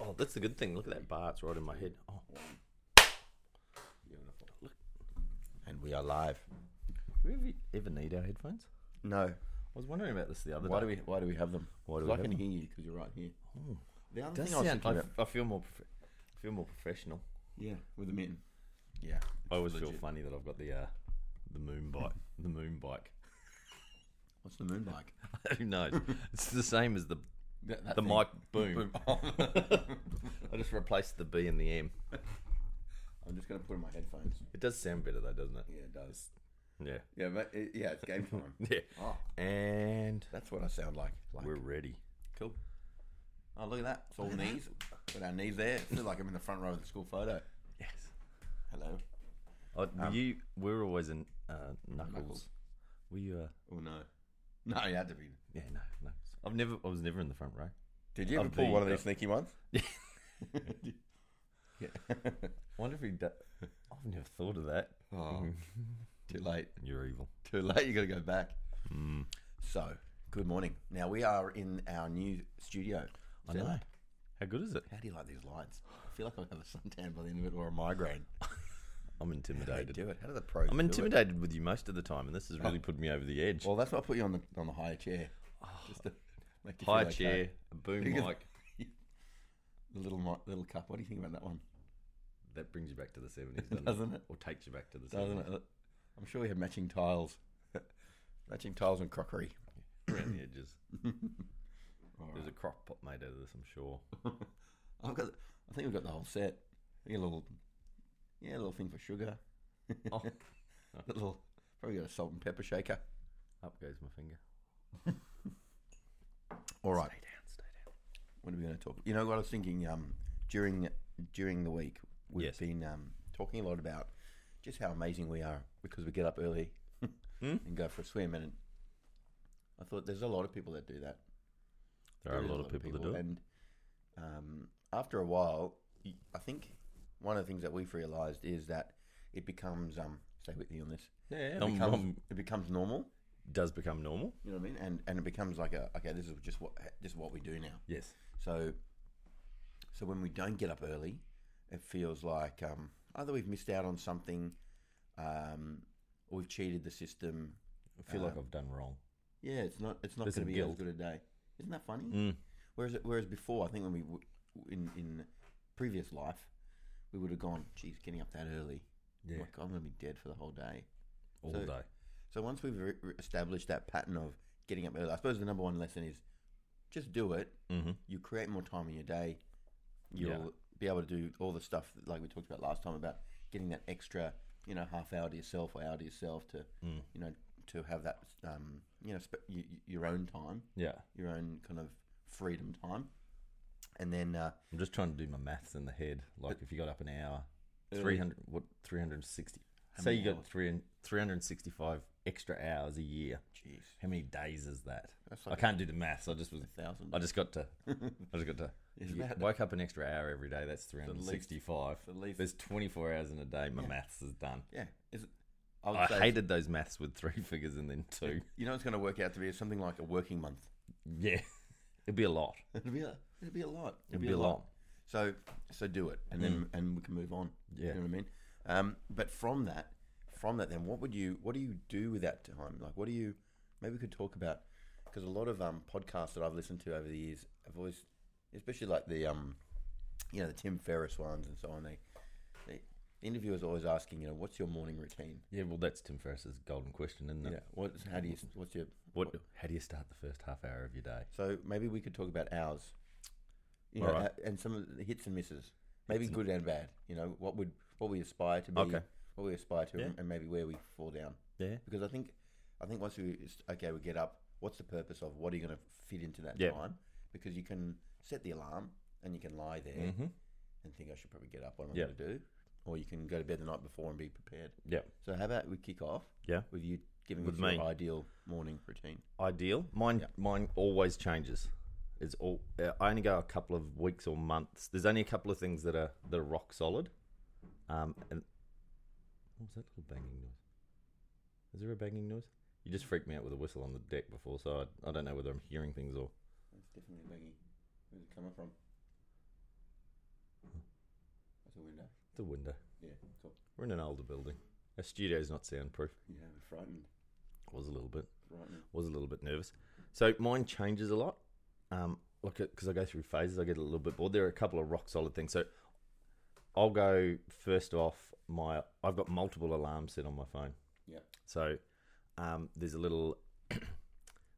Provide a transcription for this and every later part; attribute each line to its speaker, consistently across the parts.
Speaker 1: Oh, that's the good thing. Look at that bar. It's right in my head. Oh,
Speaker 2: Beautiful.
Speaker 3: And we are live.
Speaker 1: do we ever, ever need our headphones?
Speaker 2: No.
Speaker 1: I was wondering about this the other
Speaker 2: Why do
Speaker 1: day.
Speaker 2: we Why do we have them?
Speaker 1: Why do
Speaker 2: 'Cause
Speaker 1: we
Speaker 2: I
Speaker 1: have
Speaker 2: can
Speaker 1: them? Oh.
Speaker 2: hear you because you're right here. The other
Speaker 1: Does
Speaker 2: thing I was
Speaker 1: sound-
Speaker 2: thinking
Speaker 1: I,
Speaker 2: about-
Speaker 1: f- I feel more. Prof- I feel more professional.
Speaker 2: yeah, with the men. Yeah.
Speaker 1: I always feel
Speaker 2: legit.
Speaker 1: funny that I've got the uh, the moon bike. The moon bike.
Speaker 2: What's the moon like?
Speaker 1: Who knows? it's the same as the
Speaker 2: That- that
Speaker 1: the
Speaker 2: thing.
Speaker 1: mic boom. I just replaced the B and the M.
Speaker 2: I'm just going to put in my headphones.
Speaker 1: It does sound better though, doesn't it?
Speaker 2: Yeah, it does.
Speaker 1: Yeah.
Speaker 2: Yeah, but it, yeah, it's game time.
Speaker 1: Yeah.
Speaker 2: oh,
Speaker 1: And
Speaker 2: that's what I sound like. Like
Speaker 1: we're ready.
Speaker 2: cool. Oh, look at that. It's all knees. Got our knees there. It's like I'm in the front row of the school photo.
Speaker 1: Yes.
Speaker 2: Hello.
Speaker 1: Oh, you we're always in uh, knuckles.
Speaker 2: Knuckles.
Speaker 1: Were you? Uh,
Speaker 2: Oh no. No, you had to be.
Speaker 1: yeah, no, no. I've never. I was never in the front row.
Speaker 2: Did you
Speaker 1: ever pull one of these
Speaker 2: sneaky ones?
Speaker 1: I wonder if he. Da- I've never thought of that.
Speaker 2: Oh, too late.
Speaker 1: You're evil.
Speaker 2: Too late. You got to go back.
Speaker 1: Mm.
Speaker 2: So, good morning. Now we are in our new studio.
Speaker 1: I
Speaker 2: Zeno,
Speaker 1: know. How good is it?
Speaker 2: How do you like these lights? I feel like I'll have a suntan by the end of it or a migraine.
Speaker 1: I'm
Speaker 2: How do
Speaker 1: intimidated. Oh.
Speaker 2: they do it? How do the pros?
Speaker 1: I'm
Speaker 2: do it?
Speaker 1: intimidated with you most of the time, and this has really put me over the edge.
Speaker 2: Well, that's why I put you on the on the higher chair. Just to make you feel
Speaker 1: Oh. High
Speaker 2: okay.
Speaker 1: chair, a boom
Speaker 2: Think of-
Speaker 1: mic.
Speaker 2: the little mi- little cup. What do you think about that one?
Speaker 1: That brings you back to the 70s, doesn't,
Speaker 2: Doesn't it?
Speaker 1: Or takes you back to the 70s.
Speaker 2: Doesn't it? I'm sure we have matching tiles, matching tiles and crockery.
Speaker 1: Around the edges. There's a crock pot made out of this, I'm sure.
Speaker 2: I've got. I think we've got the whole set. I think a little, yeah, a little thing for sugar.
Speaker 1: Oh,
Speaker 2: A little, probably got a salt and pepper shaker.
Speaker 1: up goes my finger.
Speaker 2: All right.
Speaker 1: Stay down, stay down.
Speaker 2: What are we going to talk? You know what I was thinking. Um, during during the week, we've
Speaker 1: Yes.
Speaker 2: been um, talking a lot about just how amazing we are because we get up early
Speaker 1: Hmm?
Speaker 2: and go for a swim. And I thought there's a lot of people that do that.
Speaker 1: There, are a
Speaker 2: is
Speaker 1: lot of people, that do it.
Speaker 2: And um, after a while, y- I think one of the things that we've realised is that it becomes um, stay with you on this.
Speaker 1: Yeah,
Speaker 2: It,
Speaker 1: um,
Speaker 2: becomes,
Speaker 1: um,
Speaker 2: it becomes normal.
Speaker 1: does become normal.
Speaker 2: You know what I mean? And and it becomes like a okay, this is just what just what we do now.
Speaker 1: Yes.
Speaker 2: So so when we don't get up early, it feels like um, either we've missed out on something, um, or we've cheated the system.
Speaker 1: I feel like
Speaker 2: Um,
Speaker 1: I've done wrong.
Speaker 2: Yeah, it's not it's not
Speaker 1: There's
Speaker 2: going to
Speaker 1: some
Speaker 2: be
Speaker 1: guilt.
Speaker 2: as good a day. Isn't that funny?
Speaker 1: Mm.
Speaker 2: Whereas whereas before, I think when we w- in in previous life, we would have gone, geez, getting up that early.
Speaker 1: Yeah.
Speaker 2: Like, I'm going to be dead for the whole day.
Speaker 1: All
Speaker 2: so-
Speaker 1: day.
Speaker 2: So once we've re- re- established that pattern of getting up early, I suppose the number one lesson is just do it.
Speaker 1: Mm-hmm.
Speaker 2: You create more time in your day. You'll
Speaker 1: Yeah.
Speaker 2: be able to do all the stuff like we talked about last time about getting that extra, you know, half hour to yourself or hour to yourself to,
Speaker 1: Mm.
Speaker 2: you know, to have that, um, you know, sp- y- y- your own time,
Speaker 1: Yeah.
Speaker 2: your own kind of freedom time. And then, uh,
Speaker 1: I'm just trying to do my maths in the head. Like if you got up an hour, 300, what, 360. Say
Speaker 2: many
Speaker 1: you got
Speaker 2: hours?
Speaker 1: three, 365 extra hours a year.
Speaker 2: jeez,
Speaker 1: How many days is that?
Speaker 2: That's
Speaker 1: I can't do the maths. I just was.
Speaker 2: a thousand.
Speaker 1: I just got to. I just got to.
Speaker 2: It's
Speaker 1: you
Speaker 2: about-
Speaker 1: wake up an extra hour every day. That's three hundred
Speaker 2: least-
Speaker 1: sixty-five.
Speaker 2: the least-
Speaker 1: There's twenty-four hours in a day. My maths is done.
Speaker 2: yeah. Is it, I, would
Speaker 1: I
Speaker 2: say
Speaker 1: hated those maths with three figures and then two.
Speaker 2: You know, what it's going to work out to be It's something like a working month.
Speaker 1: Yeah, it'd be a lot.
Speaker 2: It'd be a, it'd be a lot.
Speaker 1: It'd be a lot.
Speaker 2: So, so do it, and then and we can move on.
Speaker 1: Yeah.
Speaker 2: you know what I mean. Um, but from that, from that, then what would you what do you do with that time? Like, what do you maybe we could talk about because a lot of um, podcasts that I've listened to over the years, I've always, especially like the um, you know, the Tim Ferriss ones and so on. They, they the interviewers are always asking, you know, what's your morning routine?
Speaker 1: Yeah, well, that's Tim Ferriss's golden question, isn't it?
Speaker 2: Yeah, what's how do you what's your
Speaker 1: What? How do you start the first half hour of your day?
Speaker 2: So maybe we could talk about ours, you
Speaker 1: All
Speaker 2: know,
Speaker 1: right.
Speaker 2: a- and some of the hits and misses, maybe good and bad. You know, what would what we aspire to be,
Speaker 1: Okay.
Speaker 2: what we aspire to,
Speaker 1: Yeah.
Speaker 2: and maybe where we fall down.
Speaker 1: Yeah.
Speaker 2: Because I think, I think once we s- okay, we get up. What's the purpose of what are you going to fit into that
Speaker 1: Yeah.
Speaker 2: time? Because you can set the alarm and you can lie there
Speaker 1: Mhm.
Speaker 2: and think I should probably get up. What am I
Speaker 1: Yeah.
Speaker 2: going to do? Or you can go to bed the night before and be prepared.
Speaker 1: Yeah.
Speaker 2: So how about we kick off
Speaker 1: Yeah.
Speaker 2: with you giving
Speaker 1: With
Speaker 2: us
Speaker 1: me.
Speaker 2: your ideal morning routine?
Speaker 1: ideal. Mine, mine always changes. It's all. uh, I only go a couple of weeks or months. There's only a couple of things that are that are rock solid. Um, and what was that little banging noise? Is there a banging noise? You just freaked me out with a whistle on the deck before, so I, I don't know whether I'm hearing things or.
Speaker 2: That's definitely leggy. Where's it coming from? It's a window.
Speaker 1: It's a window.
Speaker 2: Yeah, cool.
Speaker 1: We're in an older building. Our studio's not soundproof.
Speaker 2: Yeah, we're frightened.
Speaker 1: Was a little bit.
Speaker 2: Frightened.
Speaker 1: was a little bit nervous. So mine changes a lot. Um, look, because I go through phases, I get a little bit bored. There are a couple of rock solid things. So I'll go first off. My I've got multiple alarms set on my phone.
Speaker 2: Yeah.
Speaker 1: So um, there's a little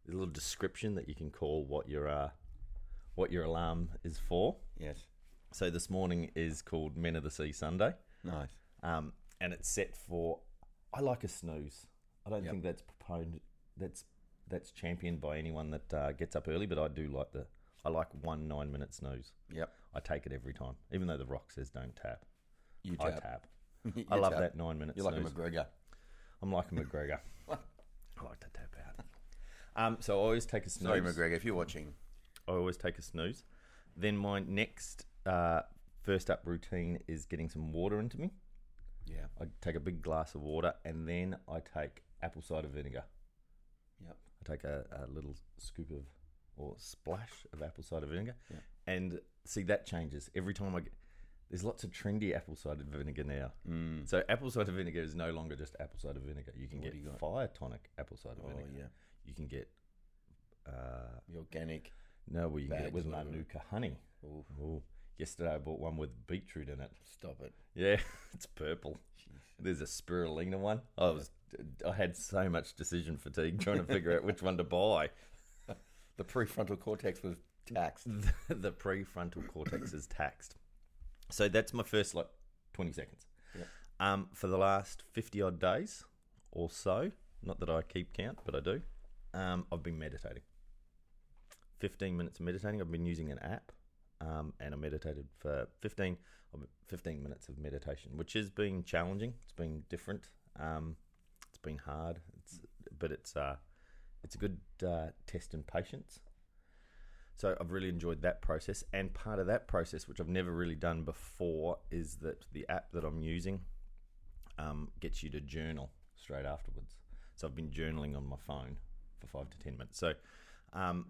Speaker 1: there's a little description that you can call what your uh, what your alarm is for.
Speaker 2: Yes.
Speaker 1: So this morning is called Men of the Sea Sunday,
Speaker 2: Nice.
Speaker 1: um, and it's set for. I like a snooze. I don't
Speaker 2: Yep.
Speaker 1: think that's proponed. That's that's championed by anyone that uh, gets up early, but I do like the. I like one nine minute snooze.
Speaker 2: Yep.
Speaker 1: I take it every time, even though the rock says don't tap.
Speaker 2: You
Speaker 1: I
Speaker 2: tap.
Speaker 1: tap.
Speaker 2: You
Speaker 1: I love
Speaker 2: tap.
Speaker 1: that nine minute.
Speaker 2: You're like a
Speaker 1: snooze.
Speaker 2: McGregor.
Speaker 1: I'm like a McGregor. I like to tap out. Um, so I always take a snooze.
Speaker 2: Sorry, McGregor, if you're watching.
Speaker 1: I always take a snooze. Then my next uh, first up routine is getting some water into me.
Speaker 2: Yeah.
Speaker 1: I take a big glass of water and then I take apple cider vinegar.
Speaker 2: Yep.
Speaker 1: I take a, a little scoop of or splash of apple cider vinegar.
Speaker 2: Yeah.
Speaker 1: And see, that changes every time I get. There's lots of trendy apple cider vinegar now.
Speaker 2: Mm.
Speaker 1: So apple cider vinegar is no longer just apple cider vinegar. You can
Speaker 2: What do
Speaker 1: get
Speaker 2: you got?
Speaker 1: fire tonic apple cider
Speaker 2: Oh
Speaker 1: vinegar.
Speaker 2: yeah.
Speaker 1: You can get. Uh,
Speaker 2: The organic.
Speaker 1: no, well, you can get
Speaker 2: Bags
Speaker 1: it with
Speaker 2: or whatever.
Speaker 1: manuka honey.
Speaker 2: Oh,
Speaker 1: Oh, yesterday I bought one with beetroot in it.
Speaker 2: stop it.
Speaker 1: Yeah, it's purple. There's a spirulina one. I was, I had so much decision fatigue trying to figure out which one to buy.
Speaker 2: The prefrontal cortex was taxed.
Speaker 1: the prefrontal cortex is taxed. So that's my first like 20 seconds.
Speaker 2: Yep.
Speaker 1: Um, for the last 50 odd days or so, not that I keep count, but I do, um, I've been meditating. 15 minutes of meditating. I've been using an app um, and I meditated for 15, 15 minutes of meditation, which has been challenging. It's been different. Um, it's been hard, it's, but it's, uh, it's a good uh, test in patience. So I've really enjoyed that process. And part of that process, which I've never really done before, is that the app that I'm using um, gets you to journal straight afterwards. So I've been journaling on my phone for five to 10 minutes. So um,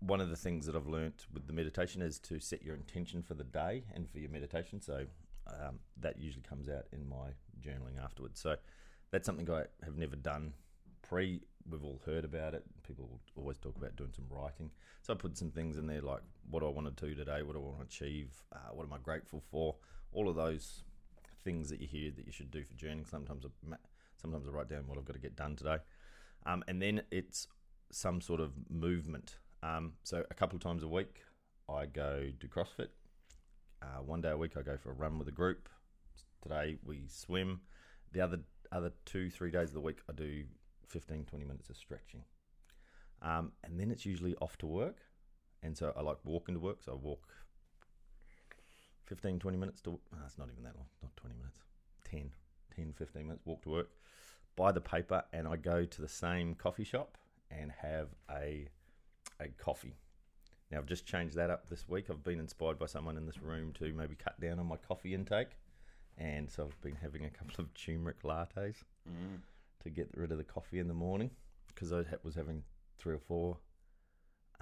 Speaker 1: one of the things that I've learnt with the meditation is to set your intention for the day and for your meditation. So um, that usually comes out in my journaling afterwards. So that's something I have never done pre. We've all heard about it. People always talk about doing some writing. So I put some things in there like what do I want to do today? What do I want to achieve? Uh, what am I grateful for? All of those things that you hear that you should do for journaling. Sometimes I, ma- sometimes I write down what I've got to get done today. Um, and then it's some sort of movement. Um, so a couple of times a week, I go do CrossFit. Uh, one day a week, I go for a run with a group. Today we swim. The other other two three days of the week, I do 15, 20 minutes of stretching. Um, and then it's usually off to work. And so I like walking to work. So I walk 15, 20 minutes to, oh, it's not even that long, not 20 minutes, 10, 10, 15 minutes, walk to work, buy the paper, and I go to the same coffee shop and have a, a coffee. Now I've just changed that up this week. I've been inspired by someone in this room to maybe cut down on my coffee intake. And so I've been having a couple of turmeric lattes
Speaker 2: Mm.
Speaker 1: to get rid of the coffee in the morning because I ha- was having three or four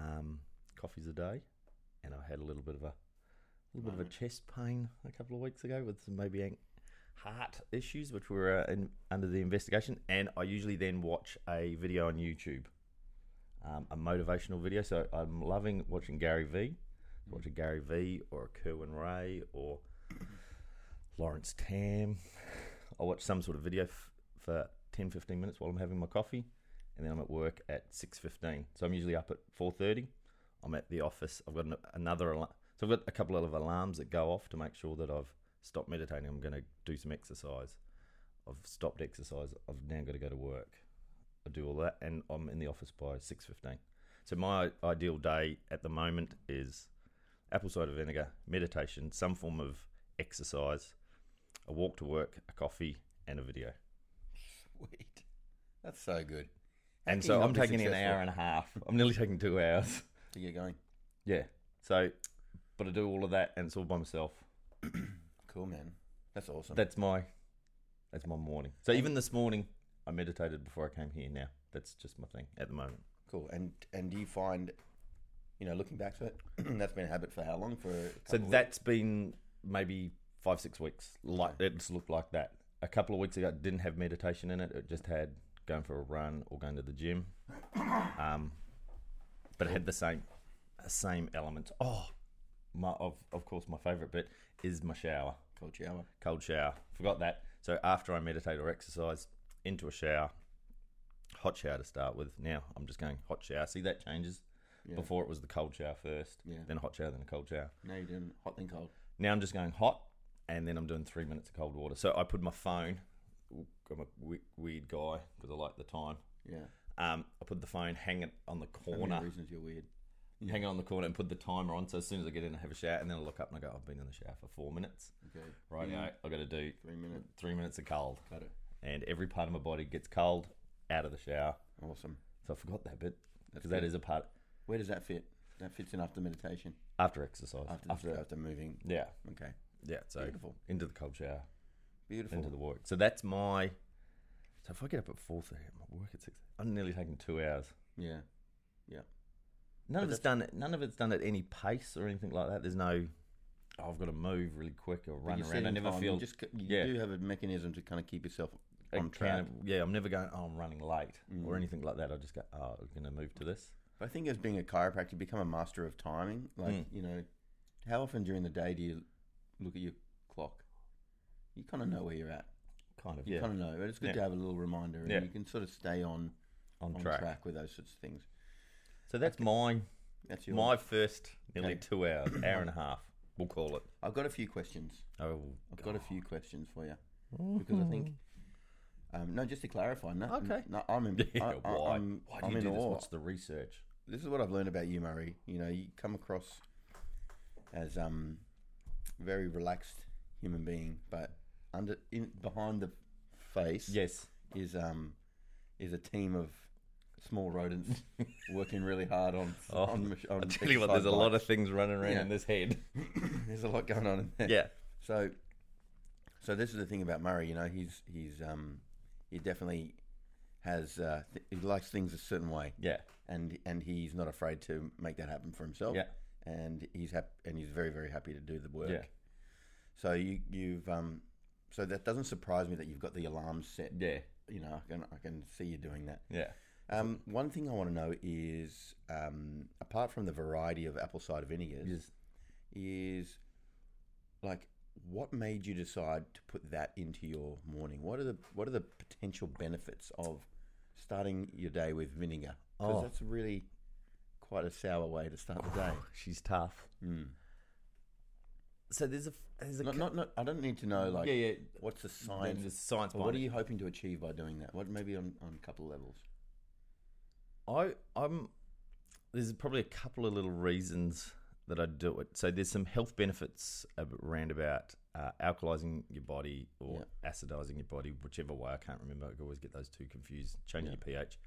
Speaker 1: um, coffees a day, and I had a little bit of a little bit of a chest pain a couple of weeks ago with some maybe an- heart issues, which were uh, in, under the investigation. And I usually then watch a video on YouTube, um, a motivational video. So I'm loving watching Gary Vee, watch a Gary Vee or a Kerwin Ray or Lawrence Tam. I watch some sort of video f- for 10, 15 minutes while I'm having my coffee, and then I'm at work at six fifteen. So I'm usually up at four thirty. I'm at the office. I've got an, another alarm. So I've got a couple of alarms that go off to make sure that I've stopped meditating. I'm going to do some exercise. I've stopped exercise. I've now got to go to work. I do all that, and I'm in the office by six fifteen. So my ideal day at the moment is apple cider vinegar, meditation, some form of exercise, a walk to work, a coffee, and a video.
Speaker 2: Sweet. That's so good. How
Speaker 1: And
Speaker 2: can you
Speaker 1: so
Speaker 2: not
Speaker 1: I'm
Speaker 2: be
Speaker 1: taking an
Speaker 2: successful?
Speaker 1: hour and a half. I'm nearly taking two hours.
Speaker 2: to get going.
Speaker 1: Yeah. So, but I do all of that, and it's all by myself.
Speaker 2: Cool, man. That's awesome.
Speaker 1: That's my, that's my morning. So even this morning, I meditated before I came here. Now that's just my thing at the moment.
Speaker 2: cool. And and do you find, you know, looking back to it, that's been a habit for how long? For a
Speaker 1: So
Speaker 2: couple of-
Speaker 1: that's been maybe five six weeks. Like it's looked like that. A couple of weeks ago, it didn't have meditation in it. It just had going for a run or going to the gym. Um, but it had the same same elements. Oh, my of of course my favorite bit is my shower.
Speaker 2: Cold shower.
Speaker 1: Cold shower. Forgot that. So after I meditate or exercise, into a shower. Hot shower to start with. Now I'm just going hot shower. See that changes. Before it was the cold shower first,
Speaker 2: Yeah.
Speaker 1: then a hot shower, then a cold shower.
Speaker 2: No, you didn't. Hot then cold.
Speaker 1: Now I'm just going hot, and then I'm doing three minutes of cold water. So I put my phone. I'm a we- weird guy because I like the time.
Speaker 2: Yeah.
Speaker 1: Um, I put the phone, hang it on the
Speaker 2: One of the
Speaker 1: corner,
Speaker 2: reasons you're weird.
Speaker 1: hang it on the corner, and put the timer on. So as soon as I get in, I have a shower, and then I look up and I go, I've been in the shower for four minutes.
Speaker 2: Okay.
Speaker 1: Right now, I got to do
Speaker 2: Three minutes.
Speaker 1: three minutes of cold,
Speaker 2: Cut it.
Speaker 1: and every part of my body gets cold out of the shower.
Speaker 2: Awesome.
Speaker 1: So I forgot that bit
Speaker 2: That's
Speaker 1: because that
Speaker 2: good.
Speaker 1: is a part
Speaker 2: Where does that fit? That fits in after meditation.
Speaker 1: after exercise.
Speaker 2: After
Speaker 1: After,
Speaker 2: after, after moving.
Speaker 1: yeah,
Speaker 2: Okay.
Speaker 1: yeah. So
Speaker 2: Beautiful.
Speaker 1: into the cold shower.
Speaker 2: Beautiful.
Speaker 1: into the work. So that's my. So if I get up at four thirty, my work at six. I'm nearly taking two hours.
Speaker 2: yeah.
Speaker 1: None
Speaker 2: But
Speaker 1: of it's done. at- None of it's done at any pace or anything like that. There's no. Oh, I've got to move really quick or
Speaker 2: But
Speaker 1: run
Speaker 2: you set
Speaker 1: around. I
Speaker 2: in
Speaker 1: never
Speaker 2: time.
Speaker 1: feel.
Speaker 2: You, just, c- you
Speaker 1: yeah.
Speaker 2: do have a mechanism to kind of keep yourself on track.
Speaker 1: accountable. Yeah, I'm never going. Oh, I'm running late or
Speaker 2: Mm.
Speaker 1: anything like that. I just go. Oh, I'm going to move to this.
Speaker 2: But I think as being a chiropractor, you become a master of timing. Like,
Speaker 1: Mm.
Speaker 2: you know, how often during the day do you look at your clock? You kind of know where you're at.
Speaker 1: Kind of.
Speaker 2: You
Speaker 1: Yeah.
Speaker 2: kind of know. But it's good
Speaker 1: Yeah.
Speaker 2: to have a little reminder and
Speaker 1: Yeah.
Speaker 2: you can sort of stay on,
Speaker 1: on,
Speaker 2: on
Speaker 1: track.
Speaker 2: track. with those sorts of things.
Speaker 1: So that's my
Speaker 2: That's your.
Speaker 1: my first nearly
Speaker 2: Okay.
Speaker 1: two hours, hour and a half. We'll call it.
Speaker 2: I've got a few questions.
Speaker 1: Oh,
Speaker 2: I've got a few questions for you
Speaker 1: Mm-hmm.
Speaker 2: because I think. Um, no, just to clarify. No,
Speaker 1: Okay.
Speaker 2: No, I'm in.
Speaker 1: Yeah,
Speaker 2: I, I,
Speaker 1: why?
Speaker 2: I'm,
Speaker 1: why do
Speaker 2: I'm
Speaker 1: you
Speaker 2: in
Speaker 1: do this?
Speaker 2: awe.
Speaker 1: What's the research?
Speaker 2: this is what I've learned about you, Murray. You know, you come across as um very relaxed human being, but under in behind the face
Speaker 1: Yes.
Speaker 2: is um is a team of small rodents working really hard on
Speaker 1: Oh,
Speaker 2: on, mach- on
Speaker 1: I tell you what, there's a lot of things running around
Speaker 2: Yeah.
Speaker 1: in this head.
Speaker 2: there's a lot going on in there.
Speaker 1: yeah.
Speaker 2: So, so this is the thing about Murray. You know, he's he's um he definitely has uh, th- he likes things a certain way.
Speaker 1: Yeah.
Speaker 2: and and he's not afraid to make that happen for himself.
Speaker 1: Yeah.
Speaker 2: and he's hap- and he's very very happy to do the work.
Speaker 1: Yeah.
Speaker 2: So you you've um so that doesn't surprise me that you've got the alarm set.
Speaker 1: Yeah.
Speaker 2: You know, I can I can see you doing that.
Speaker 1: Yeah.
Speaker 2: Um, one thing I want to know is um, apart from the variety of apple cider vinegars,
Speaker 1: Yes.
Speaker 2: is like what made you decide to put that into your morning? What are the what are the potential benefits of starting your day with vinegar? Because
Speaker 1: Oh.
Speaker 2: that's really quite a sour way to start the day.
Speaker 1: She's tough.
Speaker 2: Mm.
Speaker 1: So there's a there's a
Speaker 2: Not, not, not, I don't need to know like
Speaker 1: yeah yeah.
Speaker 2: what's the science.
Speaker 1: Science, science
Speaker 2: but what
Speaker 1: behind
Speaker 2: are
Speaker 1: it.
Speaker 2: you hoping to achieve by doing that? What maybe on, on a couple of levels?
Speaker 1: I I'm there's probably a couple of little reasons that I do it. So there's some health benefits ab- around about uh, alkalizing your body or acidizing your body, whichever way. I can't remember. I always get those two confused. Changing your pH.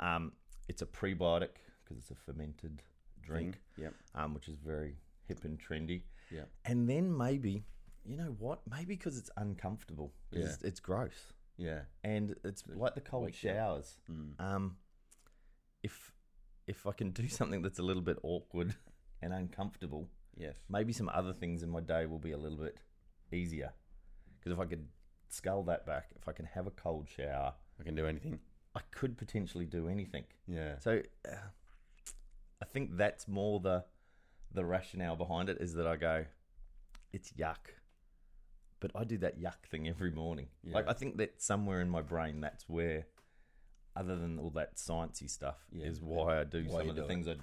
Speaker 1: Um, it's a prebiotic because it's a fermented drink,
Speaker 2: Yep.
Speaker 1: um, which is very hip and trendy.
Speaker 2: Yeah.
Speaker 1: And then maybe, you know what? Maybe because it's uncomfortable. 'cause
Speaker 2: Yeah.
Speaker 1: It's, it's gross.
Speaker 2: Yeah.
Speaker 1: And it's like the cold
Speaker 2: wakes you up.
Speaker 1: showers.
Speaker 2: Mm.
Speaker 1: Um, if if I can do something that's a little bit awkward and uncomfortable,
Speaker 2: Yes.
Speaker 1: maybe some other things in my day will be a little bit easier. Because if I could scale that back, if I can have a cold shower,
Speaker 2: I can do anything.
Speaker 1: I could potentially do anything.
Speaker 2: Yeah.
Speaker 1: So uh, I think that's more the the rationale behind it is that I go, it's yuck, but I do that yuck thing every morning. Like
Speaker 2: Yeah.
Speaker 1: I think that somewhere in my brain, that's where, other than all that sciencey stuff,
Speaker 2: Yeah.
Speaker 1: is why I do
Speaker 2: Why
Speaker 1: some
Speaker 2: you
Speaker 1: of the
Speaker 2: do it.
Speaker 1: things I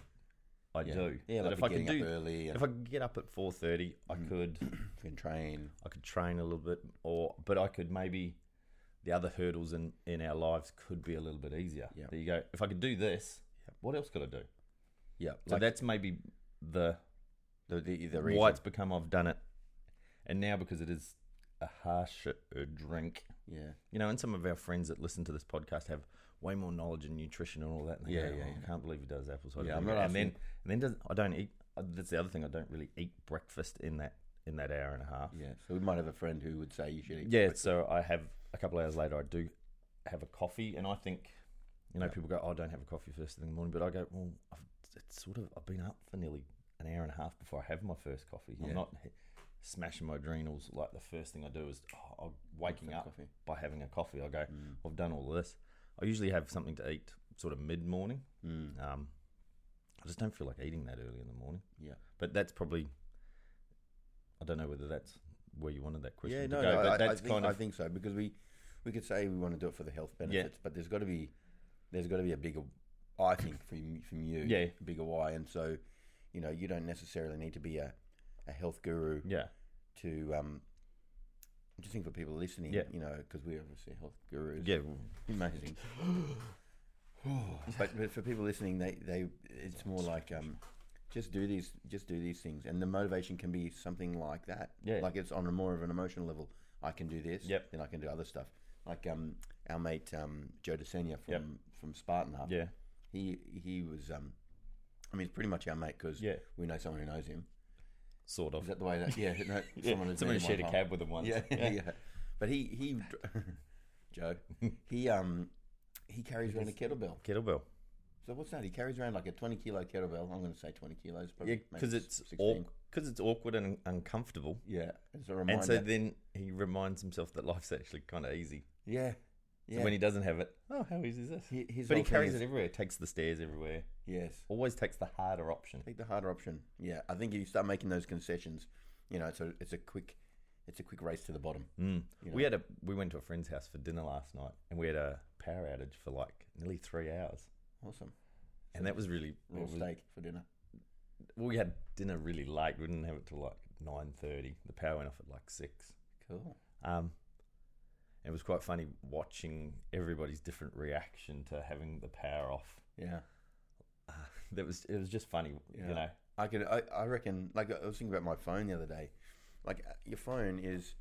Speaker 1: I
Speaker 2: yeah.
Speaker 1: do.
Speaker 2: Yeah.
Speaker 1: That
Speaker 2: Like
Speaker 1: if I could
Speaker 2: getting
Speaker 1: do,
Speaker 2: up early and
Speaker 1: if
Speaker 2: Mm.
Speaker 1: I could get up at four thirty, I could
Speaker 2: you can train.
Speaker 1: I could train a little bit, or but I could maybe the other hurdles in in our lives could be a little bit easier.
Speaker 2: Yeah.
Speaker 1: There you go. If I could do this, what else could I do?
Speaker 2: Yeah.
Speaker 1: So
Speaker 2: Like
Speaker 1: that's maybe the
Speaker 2: the the, the reason.
Speaker 1: why it's become I've done it, and now because it is a harsher drink.
Speaker 2: Yeah.
Speaker 1: You know, and some of our friends that listen to this podcast have way more knowledge in nutrition and all that. And they
Speaker 2: Yeah,
Speaker 1: go,
Speaker 2: yeah,
Speaker 1: "Oh, I can't believe he does apple cider.
Speaker 2: Yeah, I'm
Speaker 1: vinegar."
Speaker 2: not
Speaker 1: and then
Speaker 2: asking-
Speaker 1: and then does I don't eat. uh, That's the other thing. I don't really eat breakfast in that in that hour and a half.
Speaker 2: Yeah. So we might have a friend who would say you should eat.
Speaker 1: Yeah, so I have a couple hours later. I do have a coffee, and I think, you know,
Speaker 2: Yeah.
Speaker 1: people go, "Oh, I don't have a coffee first thing in the morning," but I go, "Well, I've, it's sort of I've been up for nearly an hour and a half before I have my first coffee.
Speaker 2: Yeah.
Speaker 1: I'm not, smashing my adrenals, like the first thing I do is oh, I'll- waking
Speaker 2: Some
Speaker 1: up
Speaker 2: coffee. Mm.
Speaker 1: by having a coffee. I go, I've done all this. I usually have something to eat sort of mid morning.
Speaker 2: Mm.
Speaker 1: Um, I just don't feel like eating that early in the morning.
Speaker 2: Yeah.
Speaker 1: But that's probably, I don't know whether that's where you wanted that question
Speaker 2: yeah,
Speaker 1: to
Speaker 2: no,
Speaker 1: go.
Speaker 2: no
Speaker 1: but
Speaker 2: I, I,
Speaker 1: that's
Speaker 2: think,
Speaker 1: kind
Speaker 2: I
Speaker 1: of
Speaker 2: think so because we we could say we want to do it for the health benefits, but there's got to be there's got to be a bigger, I think, from from you,
Speaker 1: Yeah.
Speaker 2: bigger why, and so you know you don't necessarily need to be a, a health guru
Speaker 1: yeah,
Speaker 2: to um. I'm just think for people listening,
Speaker 1: Yeah.
Speaker 2: you know, because we're obviously health gurus,
Speaker 1: yeah.
Speaker 2: amazing. but, but for people listening, they, they it's more like um, just do these just do these things, and the motivation can be something like that.
Speaker 1: Yeah.
Speaker 2: like it's on a more of an emotional level. I can do this.
Speaker 1: Yep.
Speaker 2: Then I can do other stuff. Like um, our mate um, Joe Desenia from
Speaker 1: Yep.
Speaker 2: from Spartan Hub.
Speaker 1: Yeah,
Speaker 2: He he was um, I mean, he's pretty much our mate because
Speaker 1: yeah,
Speaker 2: we know someone who knows him.
Speaker 1: sort
Speaker 2: Is
Speaker 1: of.
Speaker 2: that the way that? Yeah. No,
Speaker 1: Yeah, Someone,
Speaker 2: someone, who's met him one
Speaker 1: shared a
Speaker 2: time.
Speaker 1: cab with him once.
Speaker 2: Yeah, yeah. But he he, dr- Joe, he um, he carries around a kettlebell.
Speaker 1: Kettlebell.
Speaker 2: So what's that? He carries around like a twenty kilo kettlebell. I'm going to say twenty kilos.
Speaker 1: Yeah,
Speaker 2: maybe
Speaker 1: because it's
Speaker 2: 16.
Speaker 1: because it's awkward and uncomfortable.
Speaker 2: yeah. It's a reminder.
Speaker 1: And so then he reminds himself that life's actually kind of easy.
Speaker 2: yeah, yeah.
Speaker 1: So when he doesn't have it, oh, how easy is this?
Speaker 2: Hi- his
Speaker 1: but he
Speaker 2: whole thing
Speaker 1: carries
Speaker 2: is-
Speaker 1: it everywhere. Takes the stairs everywhere.
Speaker 2: yes,
Speaker 1: Always takes the harder option.
Speaker 2: take the harder option. Yeah, I think if you start making those concessions, you know, it's a it's a quick, it's a quick race to the bottom.
Speaker 1: Mm.
Speaker 2: You know?
Speaker 1: We had a we went to a friend's house for dinner last night, and we had a power outage for like nearly three hours,
Speaker 2: Awesome
Speaker 1: and that was really.
Speaker 2: raw
Speaker 1: it was-
Speaker 2: steak for dinner.
Speaker 1: well, we had dinner really late. We didn't have it till like nine thirty. The power went off at like six.
Speaker 2: Cool.
Speaker 1: Um, it was quite funny watching everybody's different reaction to having the power off.
Speaker 2: Yeah.
Speaker 1: That was it was just funny,
Speaker 2: Yeah.
Speaker 1: you know.
Speaker 2: I could. I, I reckon. Like I was thinking about my phone the other day. Like uh, your phone is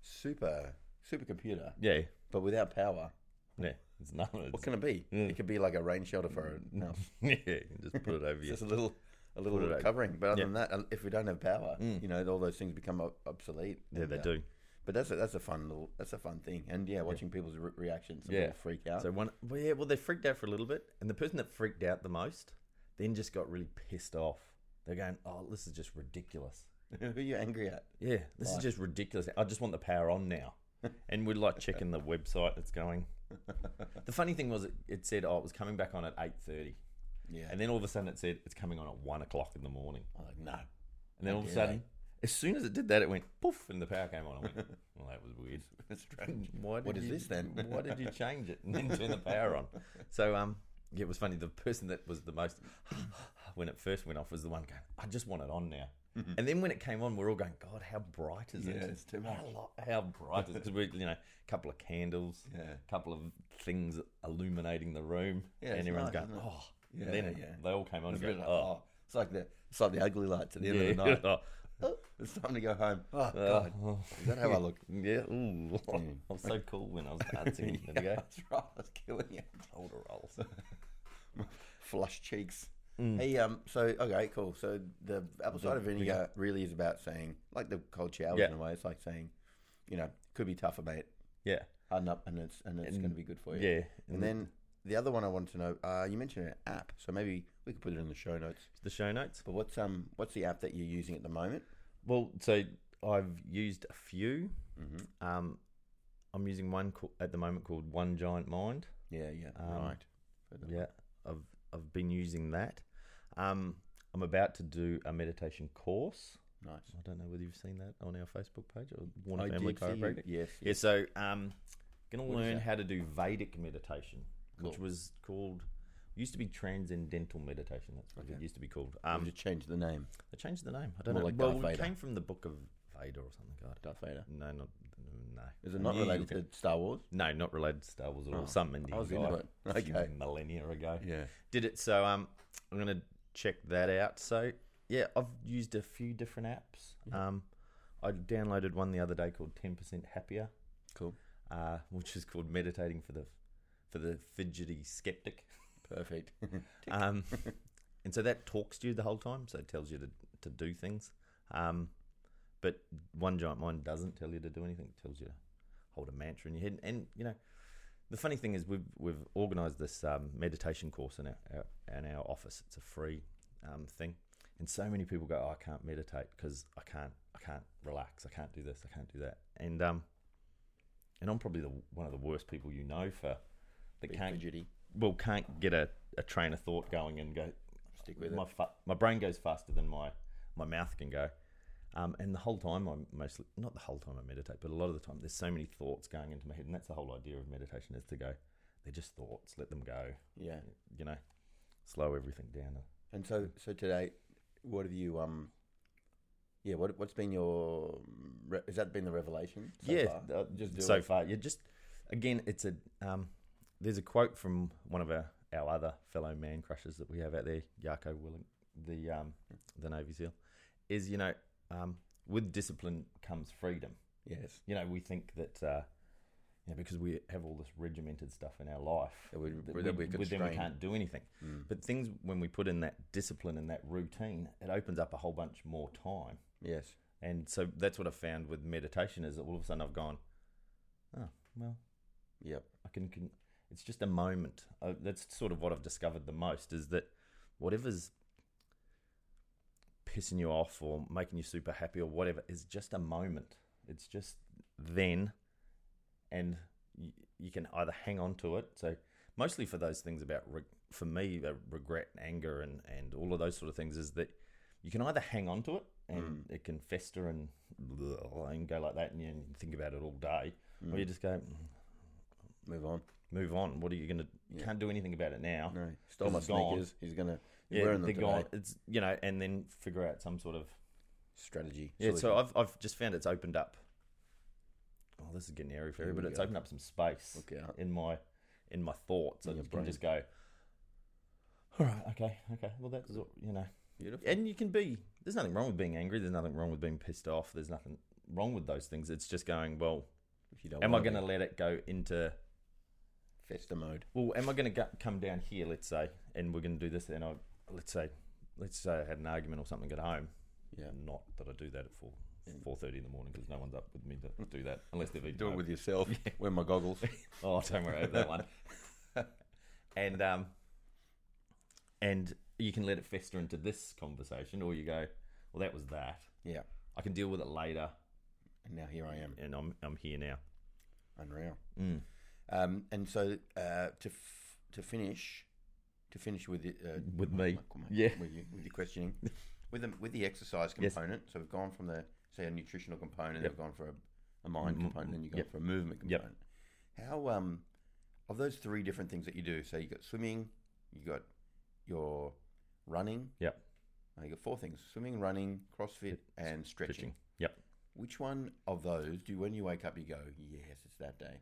Speaker 2: super super computer,
Speaker 1: Yeah,
Speaker 2: but without power,
Speaker 1: yeah. It's nothing.
Speaker 2: what can it be?
Speaker 1: Yeah.
Speaker 2: It could be like a rain shelter for a house.
Speaker 1: yeah, you can just put it over you.
Speaker 2: Just a little a little
Speaker 1: Put it out.
Speaker 2: covering. But other
Speaker 1: Yeah.
Speaker 2: than that, uh, if we don't have power,
Speaker 1: Mm.
Speaker 2: you know, all those things become ob- obsolete.
Speaker 1: Yeah,
Speaker 2: And,
Speaker 1: they
Speaker 2: uh,
Speaker 1: do.
Speaker 2: But that's a, that's a fun little that's a fun thing. And yeah, watching people's re- reactions, some
Speaker 1: Yeah.
Speaker 2: people freak out.
Speaker 1: So one, well, yeah, well, they freaked out for a little bit, and the person that freaked out the most then just got really pissed off. They're going, "Oh, this is just ridiculous.
Speaker 2: Who are you angry at?
Speaker 1: Yeah, this
Speaker 2: Right.
Speaker 1: is just ridiculous. I just want the power on now." and we're like checking the website. It's going. The funny thing was, it, it said, "Oh, it was coming back on at 8.30.
Speaker 2: Yeah,
Speaker 1: and then all of a sudden it said it's coming on at one o'clock in the morning.
Speaker 2: I'm like no.
Speaker 1: And then all of a
Speaker 2: Okay,
Speaker 1: sudden, as soon as it did that, it went poof, and the power came on. I went, well, that was weird.
Speaker 2: It's strange.
Speaker 1: Why did
Speaker 2: What is
Speaker 1: you,
Speaker 2: this then?
Speaker 1: why did you change it and then turn the power on? So um, yeah, it was funny. The person that was the most when it first went off was the one going, "I just want it on now." And then when it came on, we're all going, "God, how bright is
Speaker 2: Mm-hmm. Yeah,
Speaker 1: it?
Speaker 2: it's too
Speaker 1: How,
Speaker 2: much.
Speaker 1: lo- how bright is it?" Because we, you know, a couple of candles,
Speaker 2: Yeah.
Speaker 1: a couple of things illuminating the room,
Speaker 2: Yeah,
Speaker 1: and
Speaker 2: it's
Speaker 1: everyone's
Speaker 2: nice,
Speaker 1: going,
Speaker 2: isn't it?
Speaker 1: "Oh."
Speaker 2: Yeah,
Speaker 1: and then it-
Speaker 2: yeah.
Speaker 1: they all came on
Speaker 2: It's
Speaker 1: and
Speaker 2: a bit
Speaker 1: go,
Speaker 2: like,
Speaker 1: "Oh."
Speaker 2: oh, it's like the it's like the ugly lights at the end of the night. Oh, It's time to go home. Oh God, is that how I look? Mm.
Speaker 1: Yeah. Ooh. I was so cool when I was dancing. yeah.
Speaker 2: Yeah,
Speaker 1: ago.
Speaker 2: that's right. That's killing you.
Speaker 1: Older rolls.
Speaker 2: Flush cheeks.
Speaker 1: Mm.
Speaker 2: Hey, um, so okay, cool. So the apple cider vinegar really is about saying, like the cold showers
Speaker 1: Yeah.
Speaker 2: in a way. It's like saying, you know, could be tougher, mate.
Speaker 1: Yeah.
Speaker 2: Harden up, and it's and it's
Speaker 1: And-
Speaker 2: going to be good for you.
Speaker 1: Yeah.
Speaker 2: And then the other one I wanted to know, uh, you mentioned an app, so maybe we could put it in the show notes.
Speaker 1: the show notes.
Speaker 2: But what's um what's the app that you're using at the moment?
Speaker 1: Well, so I've used a few. Um, I'm using one co- at the moment called One Giant Mind.
Speaker 2: Yeah, yeah,
Speaker 1: Um,
Speaker 2: right.
Speaker 1: Yeah. I've I've been using that. Um, I'm about to do a meditation course.
Speaker 2: Nice.
Speaker 1: I don't know whether you've seen that on our Facebook page or Warner
Speaker 2: I
Speaker 1: Family
Speaker 2: did see you.
Speaker 1: Chiropractic.
Speaker 2: Yes.
Speaker 1: Yeah, so um gonna
Speaker 2: What is
Speaker 1: learn
Speaker 2: that?
Speaker 1: how to do Vedic meditation, which
Speaker 2: Cool.
Speaker 1: was called used to be transcendental meditation. That's what it
Speaker 2: Okay.
Speaker 1: used to be called.
Speaker 2: Um,
Speaker 1: Um,
Speaker 2: just change the name.
Speaker 1: they changed the name. I don't
Speaker 2: More
Speaker 1: know.
Speaker 2: like
Speaker 1: well,
Speaker 2: Darth
Speaker 1: it
Speaker 2: Vader.
Speaker 1: came from the book of Vader or something. God,
Speaker 2: Darth Vader.
Speaker 1: no, not no.
Speaker 2: Is it
Speaker 1: I
Speaker 2: not
Speaker 1: knew you
Speaker 2: related
Speaker 1: were
Speaker 2: to
Speaker 1: gonna-
Speaker 2: Star Wars?
Speaker 1: No, not related to Star Wars at all.
Speaker 2: Oh,
Speaker 1: Some Indian
Speaker 2: I was
Speaker 1: guy,
Speaker 2: into it.
Speaker 1: a few
Speaker 2: Okay.
Speaker 1: millennia ago,
Speaker 2: Yeah.
Speaker 1: did it. So um, I'm gonna check that out. So yeah, I've used a few different apps. Um, I downloaded one the other day called Ten Percent Happier.
Speaker 2: Cool.
Speaker 1: uh, which is called meditating for the for the fidgety skeptic.
Speaker 2: Perfect.
Speaker 1: Um, and so that talks to you the whole time, so it tells you to to do things. Um, but one giant mind doesn't tell you to do anything; it tells you to hold a mantra in your head. And, you know, the funny thing is, we've we've organised this um, meditation course in our, our in our office. It's a free um, thing. And so many people go, oh, I can't meditate because I can't, I can't relax, I can't do this, I can't do that. And um, and I'm probably the one of the worst people you know for that
Speaker 2: Be
Speaker 1: can't
Speaker 2: fidgety.
Speaker 1: well can't get a, a train of thought going and go.
Speaker 2: Stick with
Speaker 1: my
Speaker 2: it.
Speaker 1: fa- my brain goes faster than my my mouth can go. Um, and the whole time I mostly not the whole time I meditate, but a lot of the time there's so many thoughts going into my head, and that's the whole idea of meditation is to go. They're just thoughts. Let them go.
Speaker 2: Yeah.
Speaker 1: You know, slow everything down.
Speaker 2: And so, so today, what have you? Um, yeah. What What's been your? Re- has that been the revelation? So
Speaker 1: yeah,
Speaker 2: far?
Speaker 1: uh,
Speaker 2: just do
Speaker 1: so
Speaker 2: it.
Speaker 1: far. You just again, it's a um, there's a quote from one of our, our other fellow man crushes that we have out there, Yarko Willing, the um, the Navy SEAL, is you know um, with discipline comes freedom.
Speaker 2: Yes.
Speaker 1: You know, we think that uh, you know because we have all this regimented stuff in our life
Speaker 2: That we-
Speaker 1: that we,
Speaker 2: that we're
Speaker 1: with them we
Speaker 2: constrained.
Speaker 1: can't do anything.
Speaker 2: Mm.
Speaker 1: But things when we put in that discipline and that routine, it opens up a whole bunch more time.
Speaker 2: Yes.
Speaker 1: And so that's what I found with meditation is that all of a sudden I've gone, oh well,
Speaker 2: Yep.
Speaker 1: I can. can it's just a moment. Uh, that's sort of what I've discovered the most is that whatever's pissing you off or making you super happy or whatever is just a moment. It's just then, and you, you can either hang on to it. So mostly for those things about re- for me uh, regret, anger, and and all of those sort of things is that you can either hang on to it and it can fester and and go like that, and you think about it all day, or you just go
Speaker 2: Move on.
Speaker 1: move on. What are you going to?
Speaker 2: Yeah.
Speaker 1: Can't do anything about it now.
Speaker 2: No. Stole my
Speaker 1: It's gone.
Speaker 2: sneakers. He's gonna.
Speaker 1: Yeah,
Speaker 2: Yeah, wearing them
Speaker 1: they're
Speaker 2: today.
Speaker 1: gone. It's you know, and then figure out some sort of
Speaker 2: Strategy.
Speaker 1: yeah.
Speaker 2: solution.
Speaker 1: So I've I've just found it's opened up. Oh, this is getting airy fairy,
Speaker 2: Here we
Speaker 1: but it's
Speaker 2: go.
Speaker 1: opened up some space
Speaker 2: Look out.
Speaker 1: in my in my thoughts. I
Speaker 2: In your
Speaker 1: can just go. All right. Okay. Okay. Well, that's all- you know,
Speaker 2: Beautiful.
Speaker 1: and you can be. There's nothing wrong with being angry. There's nothing wrong with being pissed off. There's nothing wrong with those things. It's just going. Well,
Speaker 2: If you don't
Speaker 1: am I
Speaker 2: wanna
Speaker 1: going to
Speaker 2: be
Speaker 1: let it go into
Speaker 2: fester mode?
Speaker 1: well, am I going to come down here, let's say, and we're going to do this, and I, let's say, let's say I had an argument or something at home.
Speaker 2: Yeah.
Speaker 1: Not that I do that at four,
Speaker 2: Yeah.
Speaker 1: four thirty in the morning because no one's up with me to do that unless they've eaten.
Speaker 2: Do it
Speaker 1: over.
Speaker 2: with yourself. Wear my goggles.
Speaker 1: Oh, don't worry about that one. and um, and you can let it fester into this conversation, or you go, well, that was that.
Speaker 2: yeah.
Speaker 1: I can deal with it later,
Speaker 2: And now here I am.
Speaker 1: and I'm I'm here now.
Speaker 2: Unreal.
Speaker 1: Mm.
Speaker 2: Um, and so uh, to f- to finish, to finish with the, uh,
Speaker 1: With me.
Speaker 2: come on,
Speaker 1: Yeah.
Speaker 2: with you with your questioning, with the with the exercise
Speaker 1: Yes.
Speaker 2: component. So we've gone from the say a nutritional component,
Speaker 1: Yep.
Speaker 2: we've gone for a, a mind
Speaker 1: Mm,
Speaker 2: component, then you go
Speaker 1: yep.
Speaker 2: for a movement
Speaker 1: Yep.
Speaker 2: component. How um of those three different things that you do? So you got swimming, you got your running.
Speaker 1: Yep.
Speaker 2: No, you got four things: swimming, running, CrossFit, and stretching.
Speaker 1: Stretching. Yep.
Speaker 2: Which one of those do when you wake up you go, yes, it's that day?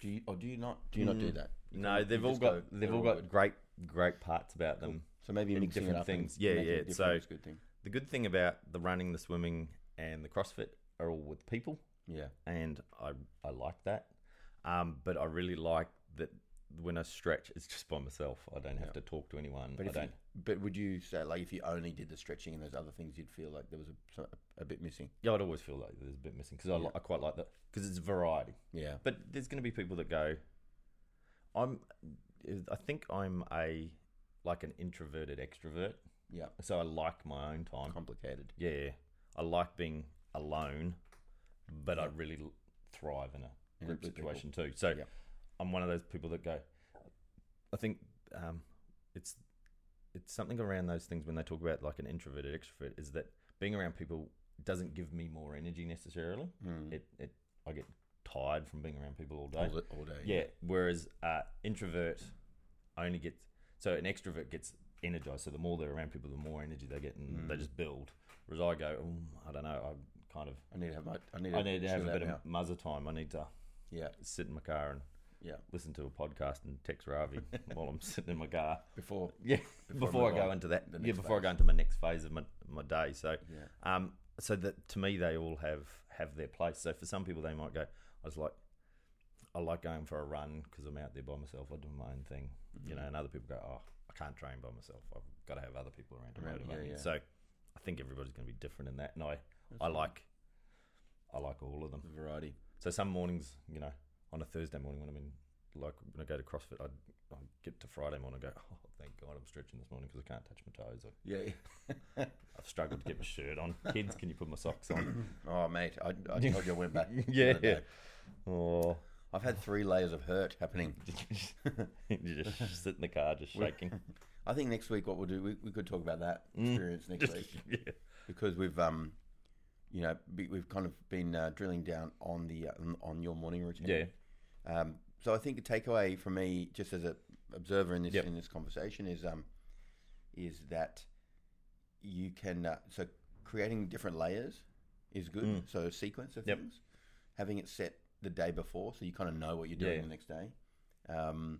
Speaker 2: Do you or do you not? Do you not do
Speaker 1: Mm.
Speaker 2: that? You
Speaker 1: No,
Speaker 2: kinda-
Speaker 1: they've
Speaker 2: you
Speaker 1: all
Speaker 2: just
Speaker 1: got
Speaker 2: go,
Speaker 1: they've
Speaker 2: "They're
Speaker 1: all got
Speaker 2: good."
Speaker 1: great great parts about them.
Speaker 2: So maybe
Speaker 1: in
Speaker 2: mixing
Speaker 1: different
Speaker 2: it up
Speaker 1: things.
Speaker 2: And
Speaker 1: Yeah,
Speaker 2: making
Speaker 1: yeah,
Speaker 2: it different
Speaker 1: so-
Speaker 2: is a good thing.
Speaker 1: The good thing about the running, the swimming, and the CrossFit are all with people,
Speaker 2: Yeah,
Speaker 1: and I I like that. Um, but I really like that when I stretch, it's just by myself. I don't have
Speaker 2: Yeah.
Speaker 1: to talk to anyone.
Speaker 2: but
Speaker 1: I
Speaker 2: if you,
Speaker 1: don't.
Speaker 2: but would you say like if you only did the stretching and those other things, you'd feel like there was a, so- a bit missing?
Speaker 1: Yeah, I'd always feel like there's a bit missing because I, li-
Speaker 2: Yeah.
Speaker 1: I quite like that because it's variety.
Speaker 2: Yeah,
Speaker 1: But there's going to be people that go, I'm. I think I'm a like an introverted extrovert,
Speaker 2: yeah,
Speaker 1: so I like my own time.
Speaker 2: complicated.
Speaker 1: Yeah, I like being alone, but I really l- thrive in a
Speaker 2: In
Speaker 1: group
Speaker 2: with people.
Speaker 1: situation too. So
Speaker 2: Yep.
Speaker 1: I'm one of those people that go. I think um, it's it's something around those things when they talk about like an introverted extrovert is that being around people doesn't give me more energy necessarily.
Speaker 2: Mm.
Speaker 1: It it I get tired from being around people all day.
Speaker 2: all, the, all day.
Speaker 1: Yeah. Whereas uh, introvert only gets so an extrovert gets energized. So the more they're around people, the more energy they get,
Speaker 2: Mm.
Speaker 1: and they just build. Whereas I go, "Mm, I don't know. I kind of
Speaker 2: I need to have my. I need.
Speaker 1: I need to have
Speaker 2: chill
Speaker 1: a
Speaker 2: out
Speaker 1: bit
Speaker 2: now.
Speaker 1: of muzzer time. I need to
Speaker 2: Yeah,
Speaker 1: sit in my car and
Speaker 2: yeah.
Speaker 1: listen to a podcast and text Ravi while I'm sitting in my car.
Speaker 2: Before.
Speaker 1: Yeah. Before,
Speaker 2: Before I
Speaker 1: I
Speaker 2: move
Speaker 1: go
Speaker 2: on,
Speaker 1: into that,
Speaker 2: the
Speaker 1: yeah.
Speaker 2: next
Speaker 1: Before I
Speaker 2: phase.
Speaker 1: go into my next phase of my my day. So.
Speaker 2: Yeah.
Speaker 1: Um, so that to me, they all have have their place. So for some people, they might go, I just like, I like going for a run because I'm out there by myself. I do my own thing, you know. And other people go, oh, I can't train by myself. I've got to have other people around to
Speaker 2: Around,
Speaker 1: motivate
Speaker 2: yeah,
Speaker 1: me.
Speaker 2: yeah.
Speaker 1: So I think everybody's going to be different in that, and I
Speaker 2: That's
Speaker 1: I
Speaker 2: fine.
Speaker 1: like, I like all of them.
Speaker 2: the variety.
Speaker 1: So some mornings, you know, on a Thursday morning when I'm in, like when I go to CrossFit, I I get to Friday morning and go, oh, thank God I'm stretching this morning because I can't touch my toes. I-
Speaker 2: Yeah.
Speaker 1: I've struggled to get my shirt on. Kids, can you put my socks on?
Speaker 2: Oh, mate, I, I told you I went back.
Speaker 1: yeah.
Speaker 2: the other day.
Speaker 1: Or
Speaker 2: I've had three layers of hurt happening.
Speaker 1: you just sit in the car just shaking.
Speaker 2: I think next week what we'll do, we, we could talk about that experience next week
Speaker 1: yeah.
Speaker 2: because we've, um, you know, be, we've kind of been uh, drilling down on the uh, on- on your morning routine.
Speaker 1: Yeah.
Speaker 2: Um, so I think the takeaway for me, just as a observer in this
Speaker 1: Yep.
Speaker 2: in this conversation, is um, is that you can uh, so creating different layers is good.
Speaker 1: Mm.
Speaker 2: So a sequence of
Speaker 1: Yep.
Speaker 2: things, having it set the day before, so you kind of know what you're doing
Speaker 1: Yeah.
Speaker 2: the next day. Um,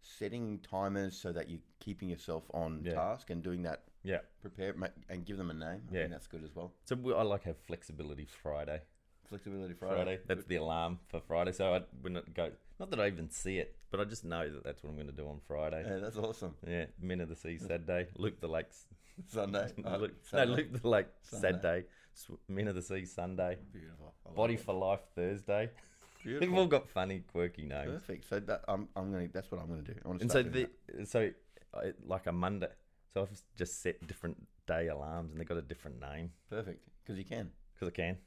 Speaker 2: setting timers so that you're keeping yourself on
Speaker 1: Yeah.
Speaker 2: task and doing that.
Speaker 1: Yeah.
Speaker 2: Prepare ma- and give them a name. I
Speaker 1: Yeah.
Speaker 2: think that's good as well.
Speaker 1: So we, I like have flexibility Friday.
Speaker 2: Flexibility Friday.
Speaker 1: Friday. That's the alarm for Friday. So I when it go, not that I even see it, but I just know that that's what I'm going to do on Friday.
Speaker 2: Yeah, that's awesome.
Speaker 1: yeah, men of the sea, sad day. Luke the lakes.
Speaker 2: Sunday. uh,
Speaker 1: Luke, no,
Speaker 2: Sunday.
Speaker 1: Luke the lake, sad
Speaker 2: Sunday.
Speaker 1: day. Sw- Men of the sea, Sunday.
Speaker 2: Beautiful. I love
Speaker 1: Body
Speaker 2: it.
Speaker 1: for life Thursday. We've
Speaker 2: Beautiful.
Speaker 1: all got funny, quirky names.
Speaker 2: Perfect. So that I'm, I'm gonna. That's what I'm gonna do. I want to.
Speaker 1: And so
Speaker 2: Start
Speaker 1: the so I, like a Monday. So I've just set different day alarms, and they got a different name
Speaker 2: perfect because you can.
Speaker 1: because I can.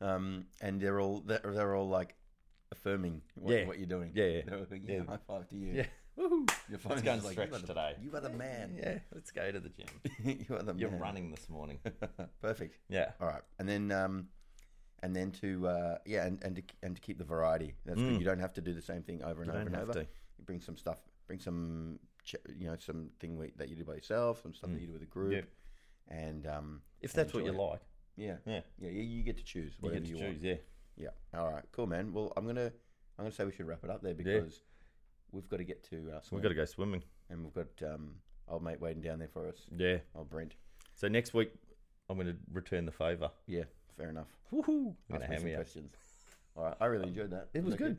Speaker 2: Um, and they're all they're, they're all like affirming what,
Speaker 1: Yeah.
Speaker 2: what you're doing.
Speaker 1: Yeah, yeah.
Speaker 2: They're all like,
Speaker 1: Yeah.
Speaker 2: High five to you.
Speaker 1: Yeah.
Speaker 2: Woohoo. Your phone's
Speaker 1: go and
Speaker 2: just
Speaker 1: stretch
Speaker 2: you are the-
Speaker 1: today.
Speaker 2: You are the man.
Speaker 1: Yeah, let's go to the gym.
Speaker 2: you are the
Speaker 1: You're
Speaker 2: man.
Speaker 1: running this morning.
Speaker 2: Perfect.
Speaker 1: Yeah,
Speaker 2: All right. And then um, and then to uh, yeah, and, and to and to keep the variety. That's good.
Speaker 1: Mm.
Speaker 2: You don't have to do the same thing over and
Speaker 1: you
Speaker 2: over
Speaker 1: don't
Speaker 2: and
Speaker 1: have
Speaker 2: over.
Speaker 1: to.
Speaker 2: You bring some stuff. Bring some ch- you know some thing we- that you do by yourself. Some stuff
Speaker 1: Mm.
Speaker 2: that you do with a group.
Speaker 1: Yep.
Speaker 2: And um,
Speaker 1: If that's what you
Speaker 2: Enjoy
Speaker 1: like,
Speaker 2: yeah.
Speaker 1: yeah,
Speaker 2: Yeah, you, you get to choose
Speaker 1: you
Speaker 2: whatever
Speaker 1: get
Speaker 2: you,
Speaker 1: to choose.
Speaker 2: want.
Speaker 1: Yeah,
Speaker 2: Yeah. All right. Cool, man. Well, I'm gonna I'm gonna say we should wrap it up there because we've got to get to uh,
Speaker 1: we've
Speaker 2: swim,
Speaker 1: got to go swimming.
Speaker 2: and we've got um old mate waiting down there for us.
Speaker 1: Yeah.
Speaker 2: Old Brent.
Speaker 1: So next week, I'm going to return the favour.
Speaker 2: Yeah. Fair enough.
Speaker 1: Woohoo! I'm going
Speaker 2: Ask
Speaker 1: to
Speaker 2: me
Speaker 1: hammer
Speaker 2: some
Speaker 1: you.
Speaker 2: questions. All right. I really enjoyed that.
Speaker 1: It was
Speaker 2: Okay.
Speaker 1: good.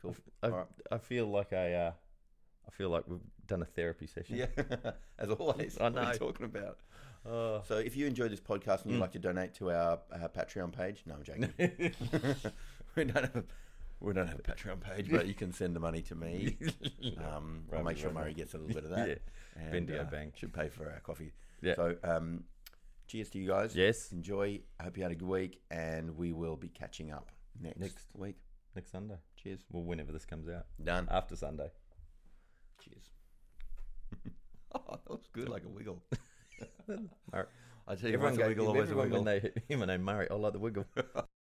Speaker 2: Cool.
Speaker 1: I,
Speaker 2: All right.
Speaker 1: I feel like I, uh, I feel like we've done a therapy session.
Speaker 2: Yeah. As always.
Speaker 1: I
Speaker 2: What are
Speaker 1: know.
Speaker 2: you talking about?
Speaker 1: Oh.
Speaker 2: So if you enjoyed this podcast and you'd
Speaker 1: Mm.
Speaker 2: like to donate to our uh, Patreon page, no, I'm joking. we don't have a, we don't have a Patreon page, but you can send the money to me. Um, I'll
Speaker 1: Right,
Speaker 2: make sure
Speaker 1: right, right.
Speaker 2: Murray gets a little bit of that.
Speaker 1: Yeah.
Speaker 2: and, uh,
Speaker 1: Bendio Bank.
Speaker 2: should pay for our coffee.
Speaker 1: Yeah.
Speaker 2: So, um, cheers to you guys.
Speaker 1: Yes.
Speaker 2: Enjoy. I hope you had a good week, and we will be catching up next,
Speaker 1: Next.
Speaker 2: week.
Speaker 1: Next Sunday.
Speaker 2: Cheers.
Speaker 1: Well, whenever this comes out,
Speaker 2: Done.
Speaker 1: after Sunday.
Speaker 2: Cheers. oh, that was good, like a wiggle.
Speaker 1: All right.
Speaker 2: I tell you,
Speaker 1: Everyone
Speaker 2: once a
Speaker 1: goes,
Speaker 2: wiggle, always a
Speaker 1: everyone
Speaker 2: wiggle.
Speaker 1: when they him and I Murray, I like the wiggle.